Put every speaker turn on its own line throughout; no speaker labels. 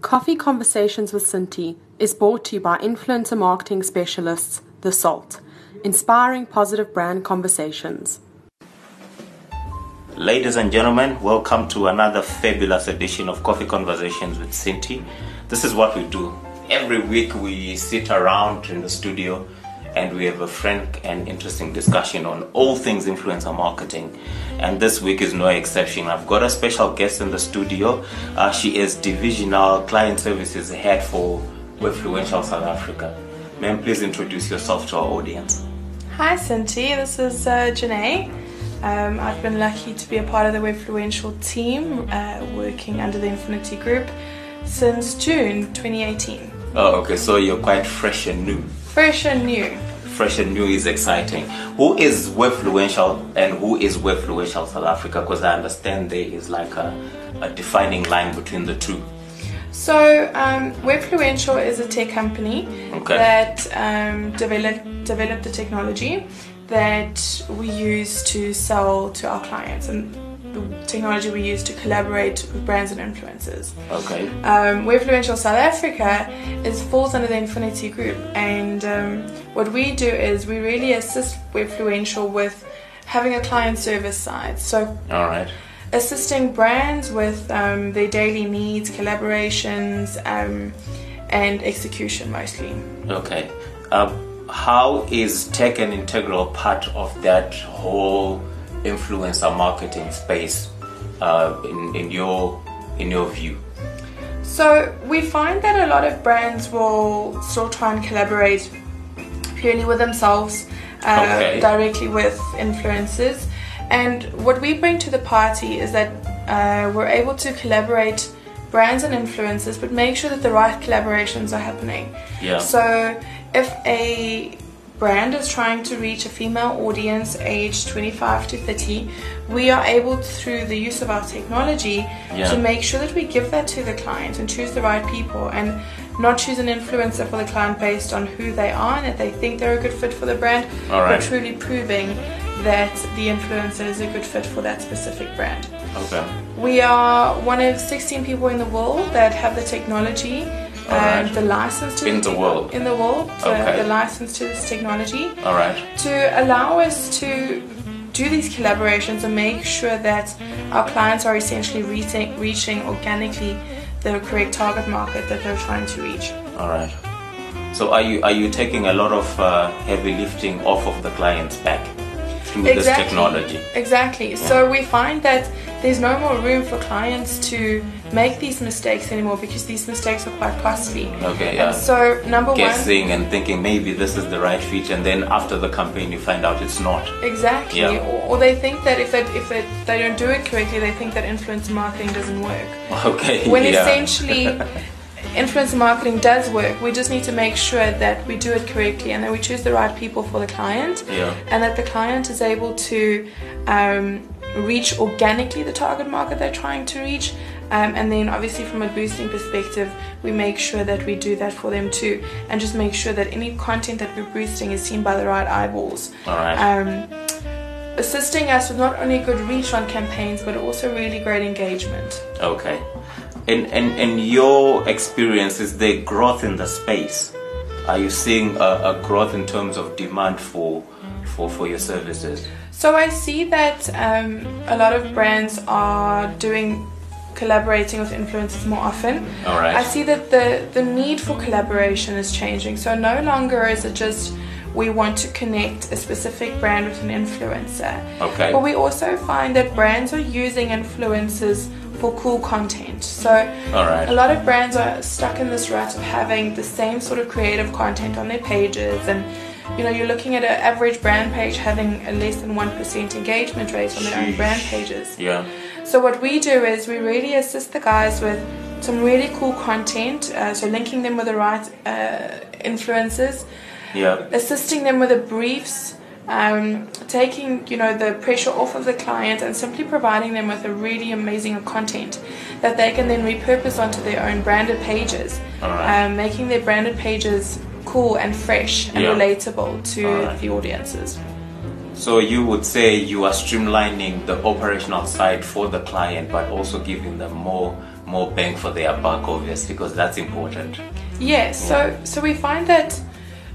Coffee Conversations with Cinti is brought to you by influencer marketing specialists The Salt, inspiring positive brand conversations.
Ladies and gentlemen, welcome to another fabulous edition of Coffee Conversations with Cinti. This is what we do. Every week we sit around in the studio and we have a frank and interesting discussion on all things influencer marketing. And this week is no exception. I've got a special guest in the studio. Uh, she is Divisional Client Services Head for Influential South Africa. Ma'am, please introduce yourself to our audience.
Hi, Cinti. This is uh, Janae. Um, I've been lucky to be a part of the Webfluential team uh, working under the Infinity Group since June 2018.
Oh, okay, so you're quite fresh and new.
Fresh and new.
Fresh and new is exciting. Who is Webfluential and who is Webfluential South Africa? Because I understand there is like a, a defining line between the two.
So, um, Webfluential is a tech company
Okay.
that um, developed developed the technology that we use to sell to our clients and the technology we use to collaborate with brands and influencers.
Okay.
Um, Webfluential South Africa is falls under the Infinity Group, and um, what we do is we really assist Webfluential with having a client service side. So
All right.
assisting brands with um, their daily needs, collaborations, um, and execution mostly.
Okay. Um, how is tech an integral part of that whole influencer marketing space uh, in, in your in your view?
So we find that a lot of brands will still try and collaborate purely with themselves, uh,
Okay.
directly with influencers. And what we bring to the party is that uh, we're able to collaborate brands and influencers, but make sure that the right collaborations are happening.
Yeah.
So if a brand is trying to reach a female audience aged 25 to 30, we are able through the use of our technology
Yeah.
to make sure that we give that to the client and choose the right people and not choose an influencer for the client based on who they are and that they think they're a good fit for the brand,
All right.
but truly proving that the influencer is a good fit for that specific brand.
Okay.
We are one of 16 people in the world that have the technology
All
and
right.
the license to
In the
tech-
world.
In the world, the,
Okay.
the license to this technology
All right.
to allow us to do these collaborations and make sure that our clients are essentially reaching, reaching organically the correct target market that they're trying to reach.
All right. So are you are you taking a lot of uh, heavy lifting off of the client's back through this technology?
Exactly. So we find that there's no more room for clients to make these mistakes anymore because these mistakes are quite costly.
Okay. Yeah.
And so number one,
Guessing and thinking maybe this is the right feature, and then after the campaign you find out it's not.
exactly,
Yeah.
or, or they think that if they, if they, they don't do it correctly, they think that influencer marketing doesn't work.
Okay.
when
yeah.
essentially influencer marketing does work we just need to make sure that we do it correctly and that we choose the right people for the client
Yeah.
and that the client is able to um, reach organically the target market they're trying to reach um, and then obviously from a boosting perspective we make sure that we do that for them too and just make sure that any content that we're boosting is seen by the right eyeballs
All right.
um, assisting us with not only good reach on campaigns but also really great engagement
Okay. And and and your experience is there growth in the space? Are you seeing a, a growth in terms of demand for for for your services?
So I see that um, a lot of brands are doing collaborating with influencers more often.
All right.
I see that the the need for collaboration is changing. So no longer is it just we want to connect a specific brand with an influencer.
Okay.
But we also find that brands are using influencers for cool content. So
All right.
a lot of brands are stuck in this rut of having the same sort of creative content on their pages and you know you're looking at an average brand page having a less than 1% engagement rate on their own
Sheesh.
brand pages.
Yeah.
So what we do is we really assist the guys with some really cool content, uh, so linking them with the right uh, influencers,
Yeah.
assisting them with the briefs, um, taking you know the pressure off of the client, and simply providing them with a really amazing content that they can then repurpose onto their own branded pages,
Alright.
um, making their branded pages cool and fresh and
Yeah.
relatable to
Alright.
the audiences.
So you would say you are streamlining the operational side for the client, but also giving them more more bang for their buck, obviously, because that's important.
Yes, so so we find that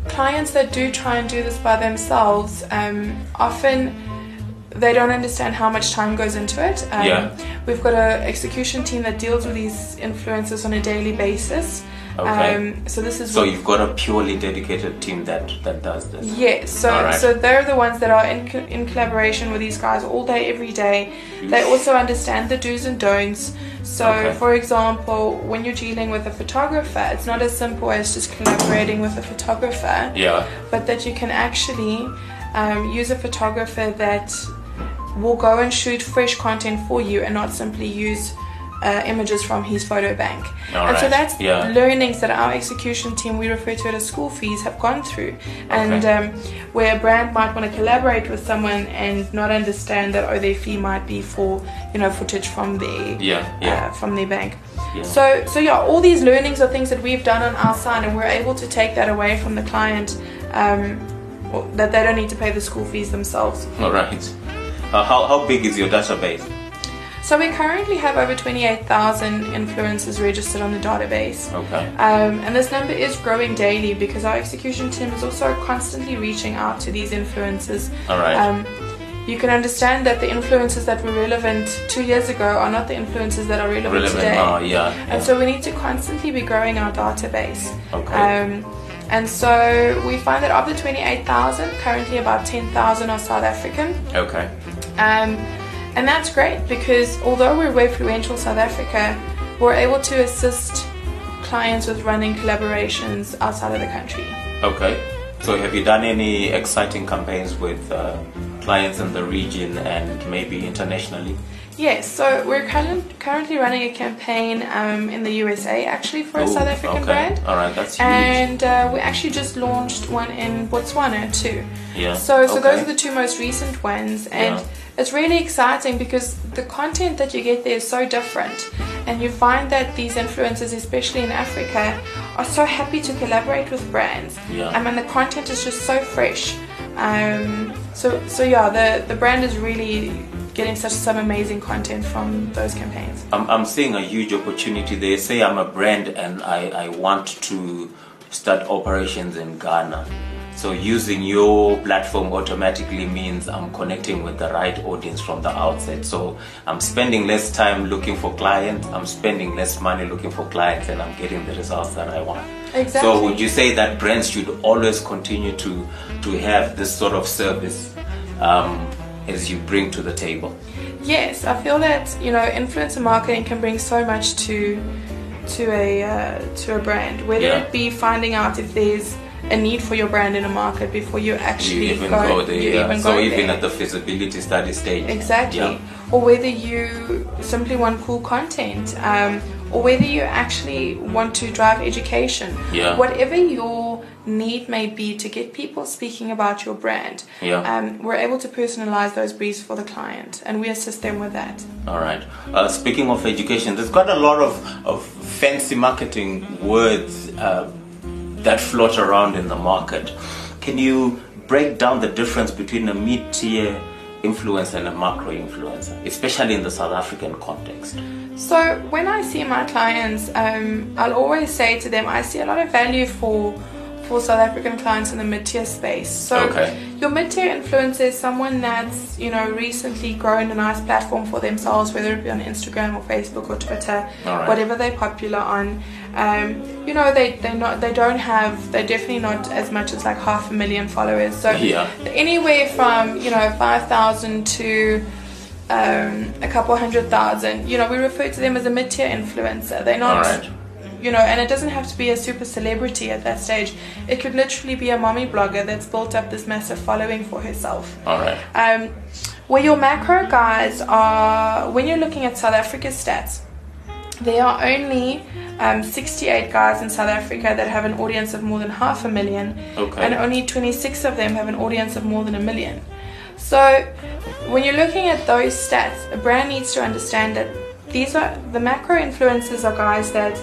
clients that do try and do this by themselves, um, often they don't understand how much time goes into it. Um,
Yeah.
We've got a execution team that deals with these influencers on a daily basis.
Okay.
Um, so this is
So
what-
you've got a purely dedicated team that that does this.
Yes, so
All right.
so they're the ones that are in, co- in collaboration with these guys all day, every day. They also understand the do's and don'ts. So,
Okay.
for example, when you're dealing with a photographer, it's not as simple as just collaborating with a photographer,
Yeah.
but that you can actually um, use a photographer that will go and shoot fresh content for you and not simply use uh, images from his photo bank.
All
and so
right,
that's
yeah.
learnings that our execution team, we refer to it as school fees, have gone through. And
Okay.
um, where a brand might want to collaborate with someone and not understand that, oh, their fee might be for, you know, footage from their,
Yeah, yeah.
Uh, from their bank.
Yeah.
So, so yeah, all these learnings are things that we've done on our side, and we're able to take that away from the client, um, well, that they don't need to pay the school fees themselves.
All right. Uh, how how big is your database?
So we currently have over 28,000 influencers registered on the database.
Okay.
Um, and this number is growing daily because our execution team is also constantly reaching out to these influencers.
All right.
Um, you can understand that the influencers that were relevant two years ago are not the influencers that are relevant,
Relevant
today.
now, yeah. yeah.
And so we need to constantly be growing our database.
Okay.
Um, and so we find that of the 28,000, currently about 10,000 are South African.
okay.
Um, and that's great because although we're Webfluential South Africa, we're able to assist clients with running collaborations outside of the country.
Okay. So have you done any exciting campaigns with uh, clients in the region and maybe internationally?
Yes, so we're current, currently running a campaign um, in the USA actually for a
Ooh,
South African
okay.
brand.
All right, that's huge.
And uh, we actually just launched one in Botswana too.
Yeah,
So, so
okay.
those are the two most recent ones, and
Yeah.
it's really exciting because the content that you get there is so different, and you find that these influencers, especially in Africa, are so happy to collaborate with brands.
Yeah.
I mean, the content is just so fresh. Um, so, so yeah, the the brand is really getting such some amazing content from those campaigns.
I'm, I'm seeing a huge opportunity there. Say I'm a brand and I, I want to start operations in Ghana. So using your platform automatically means I'm connecting with the right audience from the outset. So I'm spending less time looking for clients, I'm spending less money looking for clients, and I'm getting the results that I want.
Exactly.
So would you say that brands should always continue to to have this sort of service um, as you bring to the table?
Yes, I feel that you know influencer marketing can bring so much to to a uh, to a brand. Whether
Yeah.
it be finding out if there's a need for your brand in a market before you
you
actually
even go, there.
you
yeah.
even
so
go
even
there.
at the feasibility study stage.
exactly,
Yeah.
or whether you simply want cool content, um, or whether you actually want to drive education.
Yeah.
Whatever your need may be to get people speaking about your brand,
Yeah.
um, we're able to personalize those briefs for the client, and we assist them with that.
All right. Uh, speaking of education, there's got a lot of, of fancy marketing words uh, that float around in the market. Can you break down the difference between a mid-tier influencer and a macro influencer, especially in the South African context?
So when I see my clients, um, I'll always say to them, I see a lot of value for for South African clients in the mid tier space. So
Okay.
your mid tier influencer is someone that's you know recently grown a nice platform for themselves, whether it be on Instagram or Facebook or Twitter,
All right.
whatever they're popular on. Um, you know they they not they don't have they're definitely not as much as like half a million followers. So
Yeah.
anywhere from you know five thousand to um, a couple hundred thousand. You know, we refer to them as a mid-tier influencer. They're not,
Alright.
you know, and it doesn't have to be a super celebrity at that stage. It could literally be a mommy blogger that's built up this massive following for herself.
All right.
Um, where your macro guys are, when you're looking at South Africa stats, there are only um, 68 guys in South Africa that have an audience of more than half a million,
Okay.
and uh, only 26 of them have an audience of more than a million. So, when you're looking at those stats, a brand needs to understand that these are the macro influencers are guys that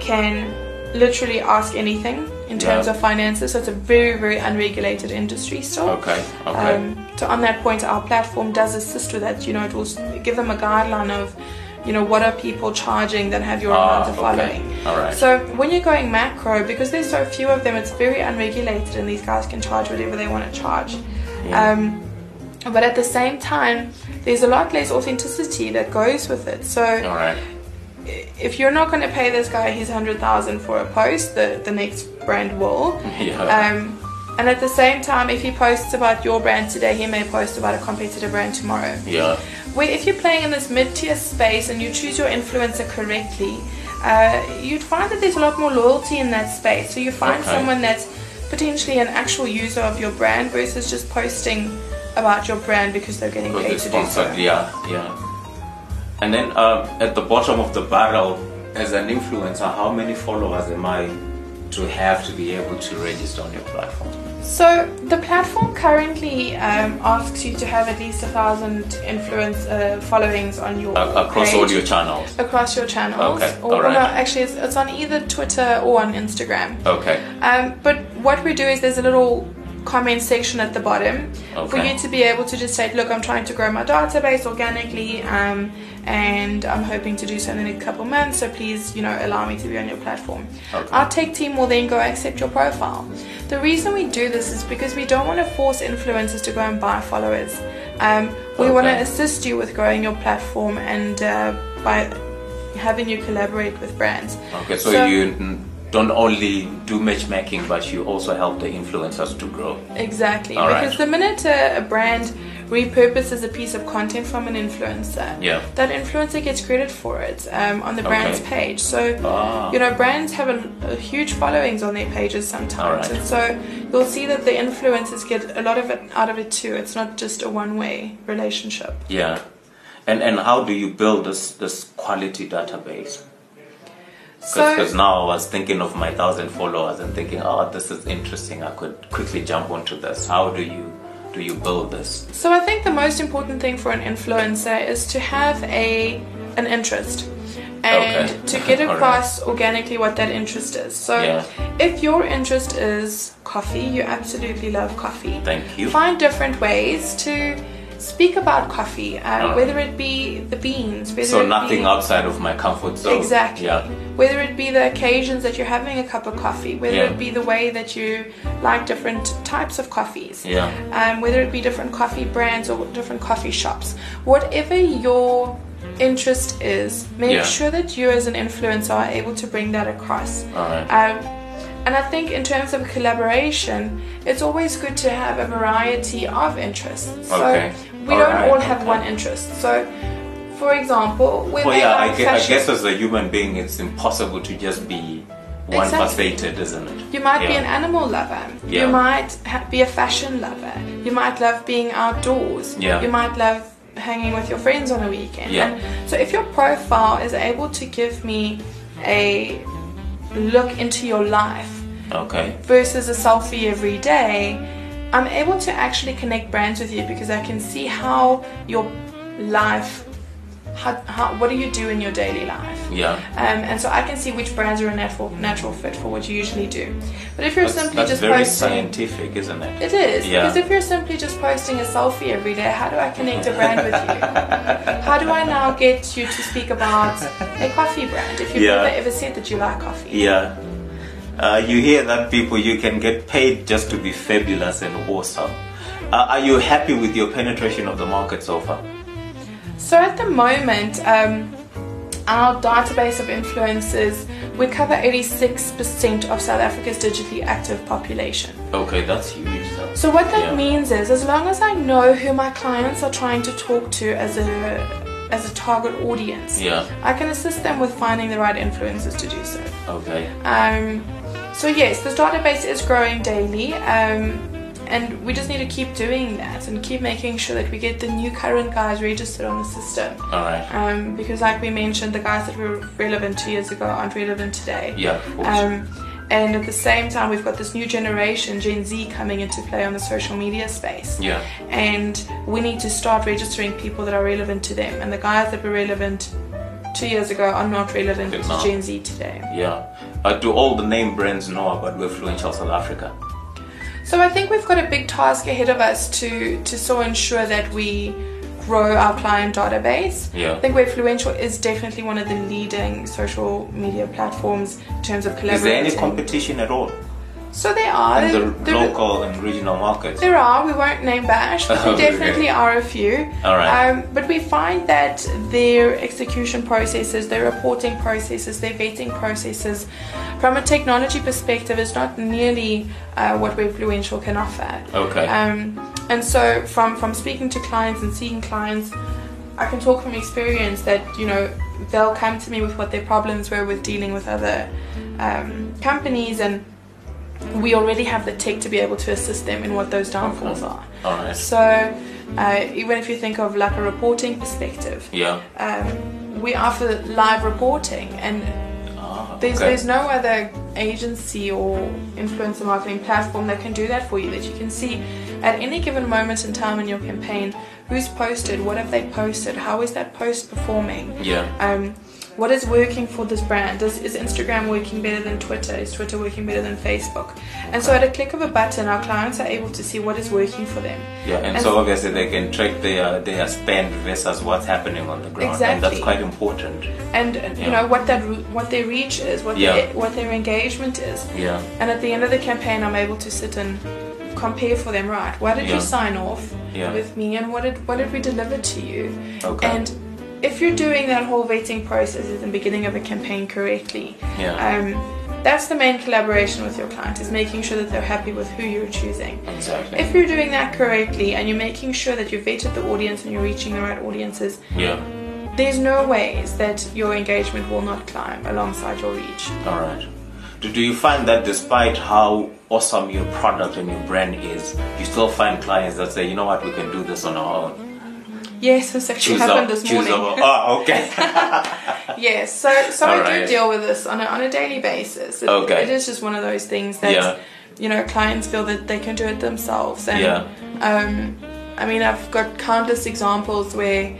can literally ask anything in terms
Yeah.
of finances. So it's a very, very unregulated industry still.
Okay, okay.
Um, so on that point, our platform does assist with that. You know, it will s- give them a guideline of, you know, what are people charging that have your
Ah,
amount of
okay.
following.
All right.
So when you're going macro, because there's so few of them, it's very unregulated, and these guys can charge whatever they want to charge. Um, but at the same time, there's a lot less authenticity that goes with it. So
All right.
if you're not going to pay this guy his hundred thousand for a post, the the next brand will.
Yeah.
Um, and at the same time, if he posts about your brand today, he may post about a competitor brand tomorrow.
yeah.
When, if you're playing in this mid-tier space and you choose your influencer correctly, uh, you'd find that there's a lot more loyalty in that space. So you find
Okay.
someone that's potentially an actual user of your brand versus just posting about your brand because they're getting
Because
paid
it's
to do so.
sponsored, yeah, yeah. And then uh, at the bottom of the barrel, as an influencer, how many followers am I to have to be able to register on your platform?
So the platform currently um, asks you to have at least a thousand influence uh, followings on your
A- Uh, across
page.
all your channels.
across your channels.
Okay,
Or,
alright.
no, actually, it's, it's on either Twitter or on Instagram.
Okay.
Um, but what we do is there's a little comment section at the bottom for
Okay.
you to be able to just say, look, I'm trying to grow my database organically, um, and I'm hoping to do so in the next couple months. So please, you know, allow me to be on your platform.
Okay.
Our tech team will then go accept your profile. The reason we do this is because we don't want to force influencers to go and buy followers. Um, we want to
Okay.
assist you with growing your platform and uh, by having you collaborate with brands.
Okay, so,
So-
you n- don't only do matchmaking, but you also help the influencers to grow.
Exactly.
All right.
because the minute a, a brand repurposes a piece of content from an influencer,
Yeah.
that influencer gets credit for it um, on the brand's
Okay.
page. So,
Ah.
you know, brands have a, a huge followings on their pages sometimes.
All right.
And so you'll see that the influencers get a lot of it out of it too. It's not just a one way relationship.
Yeah. And and how do you build this this quality database? Because
So,
now I was thinking of my thousand followers and thinking, oh, this is interesting. I could quickly jump onto this. How do you do you build this?
so I think the most important thing for an influencer is to have a an interest and
Okay.
to get
All right.
across organically what that interest is. So
Yeah.
If your interest is coffee, you absolutely love coffee.
Thank you.
Find different ways to speak about coffee, uh,
Alright.
whether it be the beans, whether
So
it
nothing
be,
outside of my comfort zone.
Exactly.
Yeah.
Whether it be the occasions that you're having a cup of coffee, whether
Yeah.
it be the way that you like different types of coffees,
Yeah.
um, whether it be different coffee brands or different coffee shops, whatever your interest is, make
Yeah.
sure that you as an influencer are able to bring that across.
Alright.
Um, and I think in terms of collaboration, it's always good to have a variety of interests.
Okay.
So we don't
Alright,
all have
okay.
one interest. So, for example, when
Well,
they
yeah. I
like
gue- I
fashion,
guess as a human being, it's impossible to just be one
Exactly.
faceted, isn't it?
You might be
Yeah.
an animal lover.
Yeah.
You might ha- be a fashion lover. You might love being outdoors.
Yeah.
You might love hanging with your friends on a weekend.
Yeah.
And so if your profile is able to give me a look into your life
Okay.
versus a selfie every day, I'm able to actually connect brands with you because I can see how your life, how, how, what do you do in your daily life?
Yeah.
Um, and so I can see which brands are a natural natural fit for what you usually do. But if you're
That's,
simply
that's
just
very
posting,
scientific, isn't it?
it is
Yeah.
because if you're simply just posting a selfie every day, how do I connect a brand with you? How do I now get you to speak about a coffee brand if you've
Yeah.
never ever said that you like coffee?
Yeah. Uh, you hear that, people? You can get paid just to be fabulous and awesome. Uh, are you happy with your penetration of the market so far?
So at the moment, um, our database of influencers we cover 86% of South Africa's digitally active population.
Okay, that's huge. Though.
So what that
Yeah.
means is, as long as I know who my clients are trying to talk to as a as a target audience,
Yeah.
I can assist them with finding the right influencers to do so.
Okay.
Um, so yes, this database is growing daily, um, and we just need to keep doing that and keep making sure that we get the new current guys registered on the system.
All right.
Um, because, like we mentioned, the guys that were relevant two years ago aren't relevant today.
Yeah. Of course.
Um, and at the same time, we've got this new generation, Gen Z, coming into play on the social media space.
yeah.
And we need to start registering people that are relevant to them. And the guys that were relevant two years ago are not relevant
They're
to
not.
Gen Z today.
Yeah. Uh, do all the name brands know about influential South Africa?
So I think we've got a big task ahead of us to to so ensure that we grow our client database.
Yeah.
I think Webfluential is definitely one of the leading social media platforms in terms of
Is there
collaborating.
any competition at all
so there are.
in the
Um, There-
local and regional markets?
There are. We won't name bash, but there
Oh, Okay.
definitely are a few.
All right.
Um, but we find that their execution processes, their reporting processes, their vetting processes, from a technology perspective, is not nearly uh, what Webfluential can offer.
Okay.
Um, and so, from from speaking to clients and seeing clients, I can talk from experience that you know they'll come to me with what their problems were with dealing with other um, companies and we already have the tech to be able to assist them in what those downfalls are.
All right.
So, uh, even if you think of like a reporting perspective,
Yeah.
um, we offer live reporting, and
Ah,
there's,
okay.
there's no other agency or influencer marketing platform that can do that for you. That you can see at any given moment in time in your campaign who's posted, what have they posted, how is that post performing,
yeah.
um, what is working for this brand? Does, is Instagram working better than Twitter? Is Twitter working better than Facebook? And so, at a click of a button, our clients are able to see what is working for them.
Yeah, and,
And-
so obviously they can track their their spend versus what's happening on the ground, and that's
Exactly.
quite important.
And uh, you
Yeah.
know what that ru- what their reach is, what
Yeah.
their, what their engagement is.
Yeah,
And at the end of the campaign, I'm able to sit and compare for them. Right, why did
Yeah.
you sign off
Yeah.
with me, and what did what did we deliver to you?
Okay.
And if you're doing that whole vetting process at the beginning of a campaign correctly,
yeah,
Um, that's the main collaboration with your client is making sure that they're happy with who you're choosing.
exactly.
Um, If you're doing that correctly and you're making sure that you've vetted the audience and you're reaching the right audiences,
yeah,
there's no ways that your engagement will not climb alongside your reach.
all right. Do, do you find that despite how awesome your product and your brand is, you still find clients that say, you know what, we can do this on our own?
Yes, this actually
our,
happened this
choose
morning.
our. Oh, okay.
Yes, so so I do
Alright.
deal with this on a, on a daily basis. It,
Okay.
it is just one of those things that
Yeah.
you know clients feel that they can do it themselves, and
Yeah.
um, I mean I've got countless examples where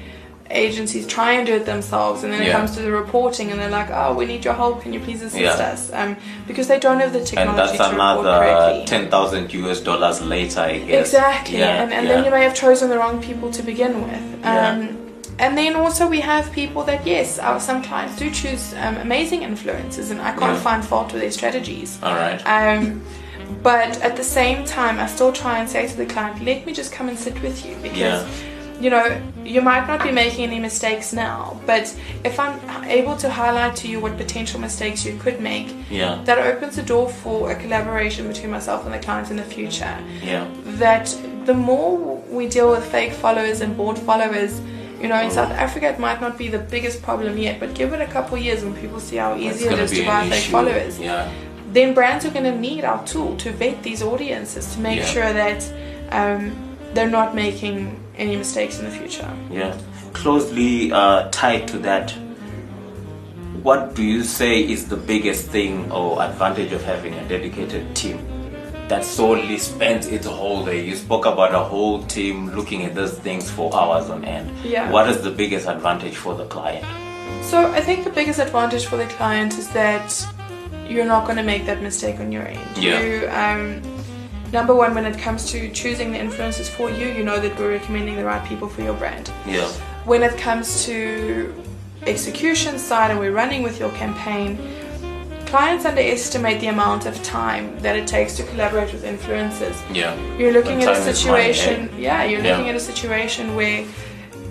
agencies try and do it themselves, and then it
Yeah.
comes to the reporting, and they're like, "Oh, we need your help. Can you please assist
Yeah.
us?" Um, because they don't have the
and
technology
that's
to report
another
correctly.
ten thousand US dollars later, I guess.
Exactly,
Yeah,
and, and
yeah.
then you may have chosen the wrong people to begin with. Um,
Yeah.
And then also we have people that yes, our, some clients do choose um, amazing influencers, and I can't
Yeah.
find fault with their strategies.
All right.
Um, but at the same time, I still try and say to the client, let me just come and sit with you because.
Yeah.
You know, you might not be making any mistakes now, but if I'm able to highlight to you what potential mistakes you could make,
yeah,
that opens the door for a collaboration between myself and the client in the future
yeah,
that the more we deal with fake followers and bought followers, you know, in
Mm.
South Africa it might not be the biggest problem yet, but give it a couple years when people see how
It's
easy it
gonna
is
be an
to buy fake
issue.
followers,
Yeah,
then brands are going to need our tool to vet these audiences to make
Yeah.
sure that um, they're not making any mistakes in the future.
yeah. Closely uh, tied to that, what do you say is the biggest thing or advantage of having a dedicated team that solely spends its whole day? You spoke about a whole team looking at those things for hours on end.
Yeah.
What is the biggest advantage for the client?
So I think the biggest advantage for the client is that you're not going to make that mistake on your end.
Yeah.
You, um, number one, when it comes to choosing the influencers for you, you know that we're recommending the right people for your brand.
Yeah.
When it comes to execution side and we're running with your campaign, clients underestimate the amount of time that it takes to collaborate with influencers.
Yeah.
You're
And
looking at a
time is money, eh?
situation. Yeah, you're
Yeah.
looking at a situation where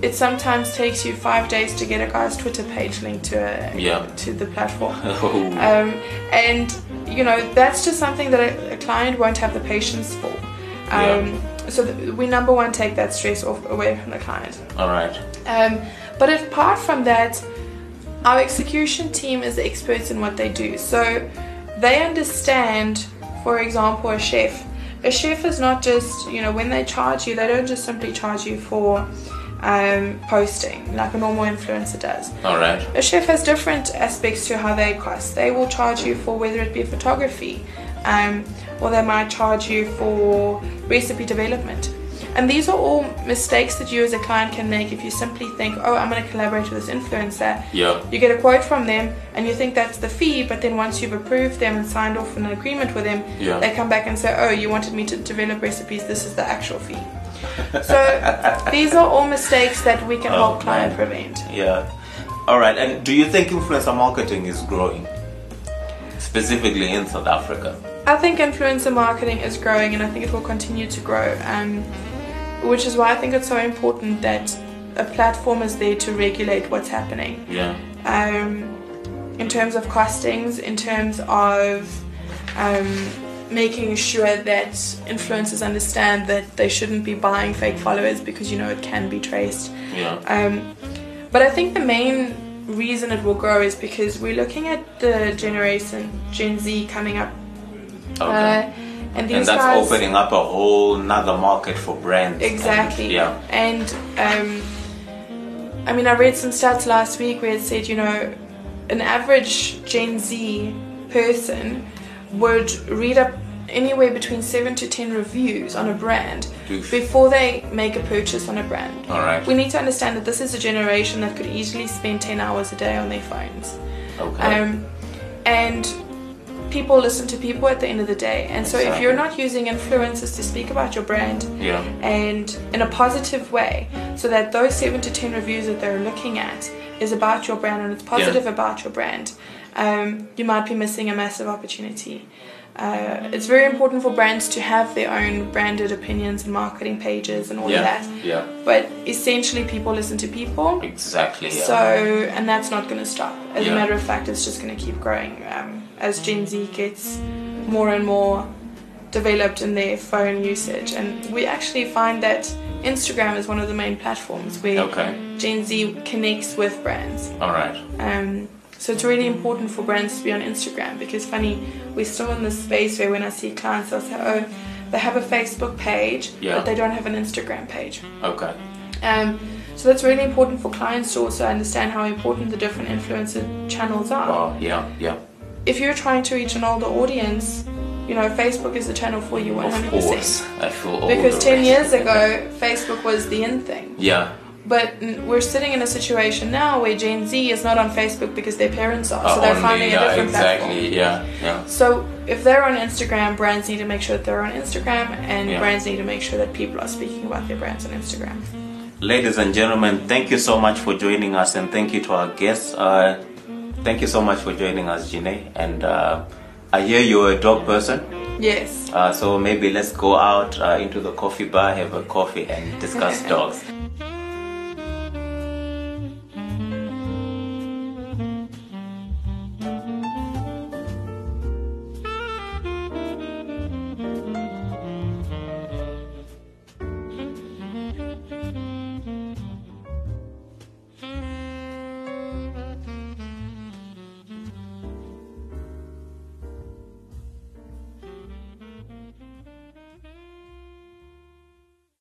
it sometimes takes you five days to get a guy's Twitter page linked to a,
Yeah.
to the platform. Um, and you know that's just something that a, a client won't have the patience for. Um, So th- we number one take that stress off away from the client.
All right.
Um, but apart from that, our execution team is the experts in what they do. So they understand, for example, a chef. A chef is not just, you know, when they charge you, they don't just simply charge you for um, posting like a normal influencer does.
All right.
A chef has different aspects to how they cost. They will charge you for whether it be photography, um, or they might charge you for recipe development. And these are all mistakes that you as a client can make if you simply think, oh, I'm going to collaborate with this influencer.
Yeah.
You get a quote from them and you think that's the fee, but then once you've approved them and signed off an agreement with them,
Yeah.
they come back and say, oh, you wanted me to develop recipes, this is the actual fee. So these are all mistakes that we can help client
Oh, man.
prevent.
Yeah. All right. And do you think influencer marketing is growing, specifically in South Africa?
I think influencer marketing is growing and I think it will continue to grow, um, which is why I think it's so important that a platform is there to regulate what's happening
Yeah.
um, in terms of costings, in terms of um, making sure that influencers understand that they shouldn't be buying fake followers because you know it can be traced.
Yeah.
Um, but I think the main reason it will grow is because we're looking at the generation Gen Z coming up,
Okay.
uh, and these
and that's
guys
opening up a whole nother market for brands. and-
exactly.
yeah.
And um, I mean, I read some stats last week where it said you know, an average Gen Z person would read up anywhere between seven to ten reviews on a brand
Oof.
before they make a purchase on a brand.
All right.
We need to understand that this is a generation that could easily spend 10 hours a day on their phones.
Okay.
Um, and people listen to people at the end of the day. And so if you're not using influencers to speak about your brand
yeah.
and in a positive way, so that those 7 to 10 reviews that they're looking at is about your brand and it's positive about your brand, um, you might be missing a massive opportunity. Uh, it's very important for brands to have their own branded opinions and marketing pages and all
Yeah.
of that
Yeah.
but essentially people listen to people
Exactly. Yeah.
so and that's not going to stop as
Yeah.
a matter of fact it's just going to keep growing um, as gen z gets more and more developed in their phone usage and we actually find that instagram is one of the main platforms where
Okay.
gen z connects with brands
All right.
um, so it's really important for brands to be on Instagram because funny, we're still in this space where when I see clients, they'll say, oh, they have a Facebook page,
Yeah.
but they don't have an Instagram page.
Okay.
Um, so that's really important for clients to also understand how important the different influencer channels are.
Wow. Yeah. Yeah.
If you're trying to reach an older audience, you know, Facebook is the channel for you 100%.
Of course. I feel all
Because
the
10
rest.
years ago, Facebook was the in thing.
Yeah.
But n- we're sitting in a situation now where Gen Z is not on Facebook because their parents are.
Uh,
so they're
only,
finding
yeah,
a different platform.
exactly. Yeah. Yeah.
So if they're on Instagram, brands need to make sure that they're on Instagram, and
Yeah.
brands need to make sure that people are speaking about their brands on Instagram.
Ladies and gentlemen, thank you so much for joining us, and thank you to our guests. Uh, thank you so much for joining us, Jine. And uh, I hear you're a dog person,
Yes.
uh, so maybe let's go out uh, into the coffee bar, have a coffee, and discuss dogs.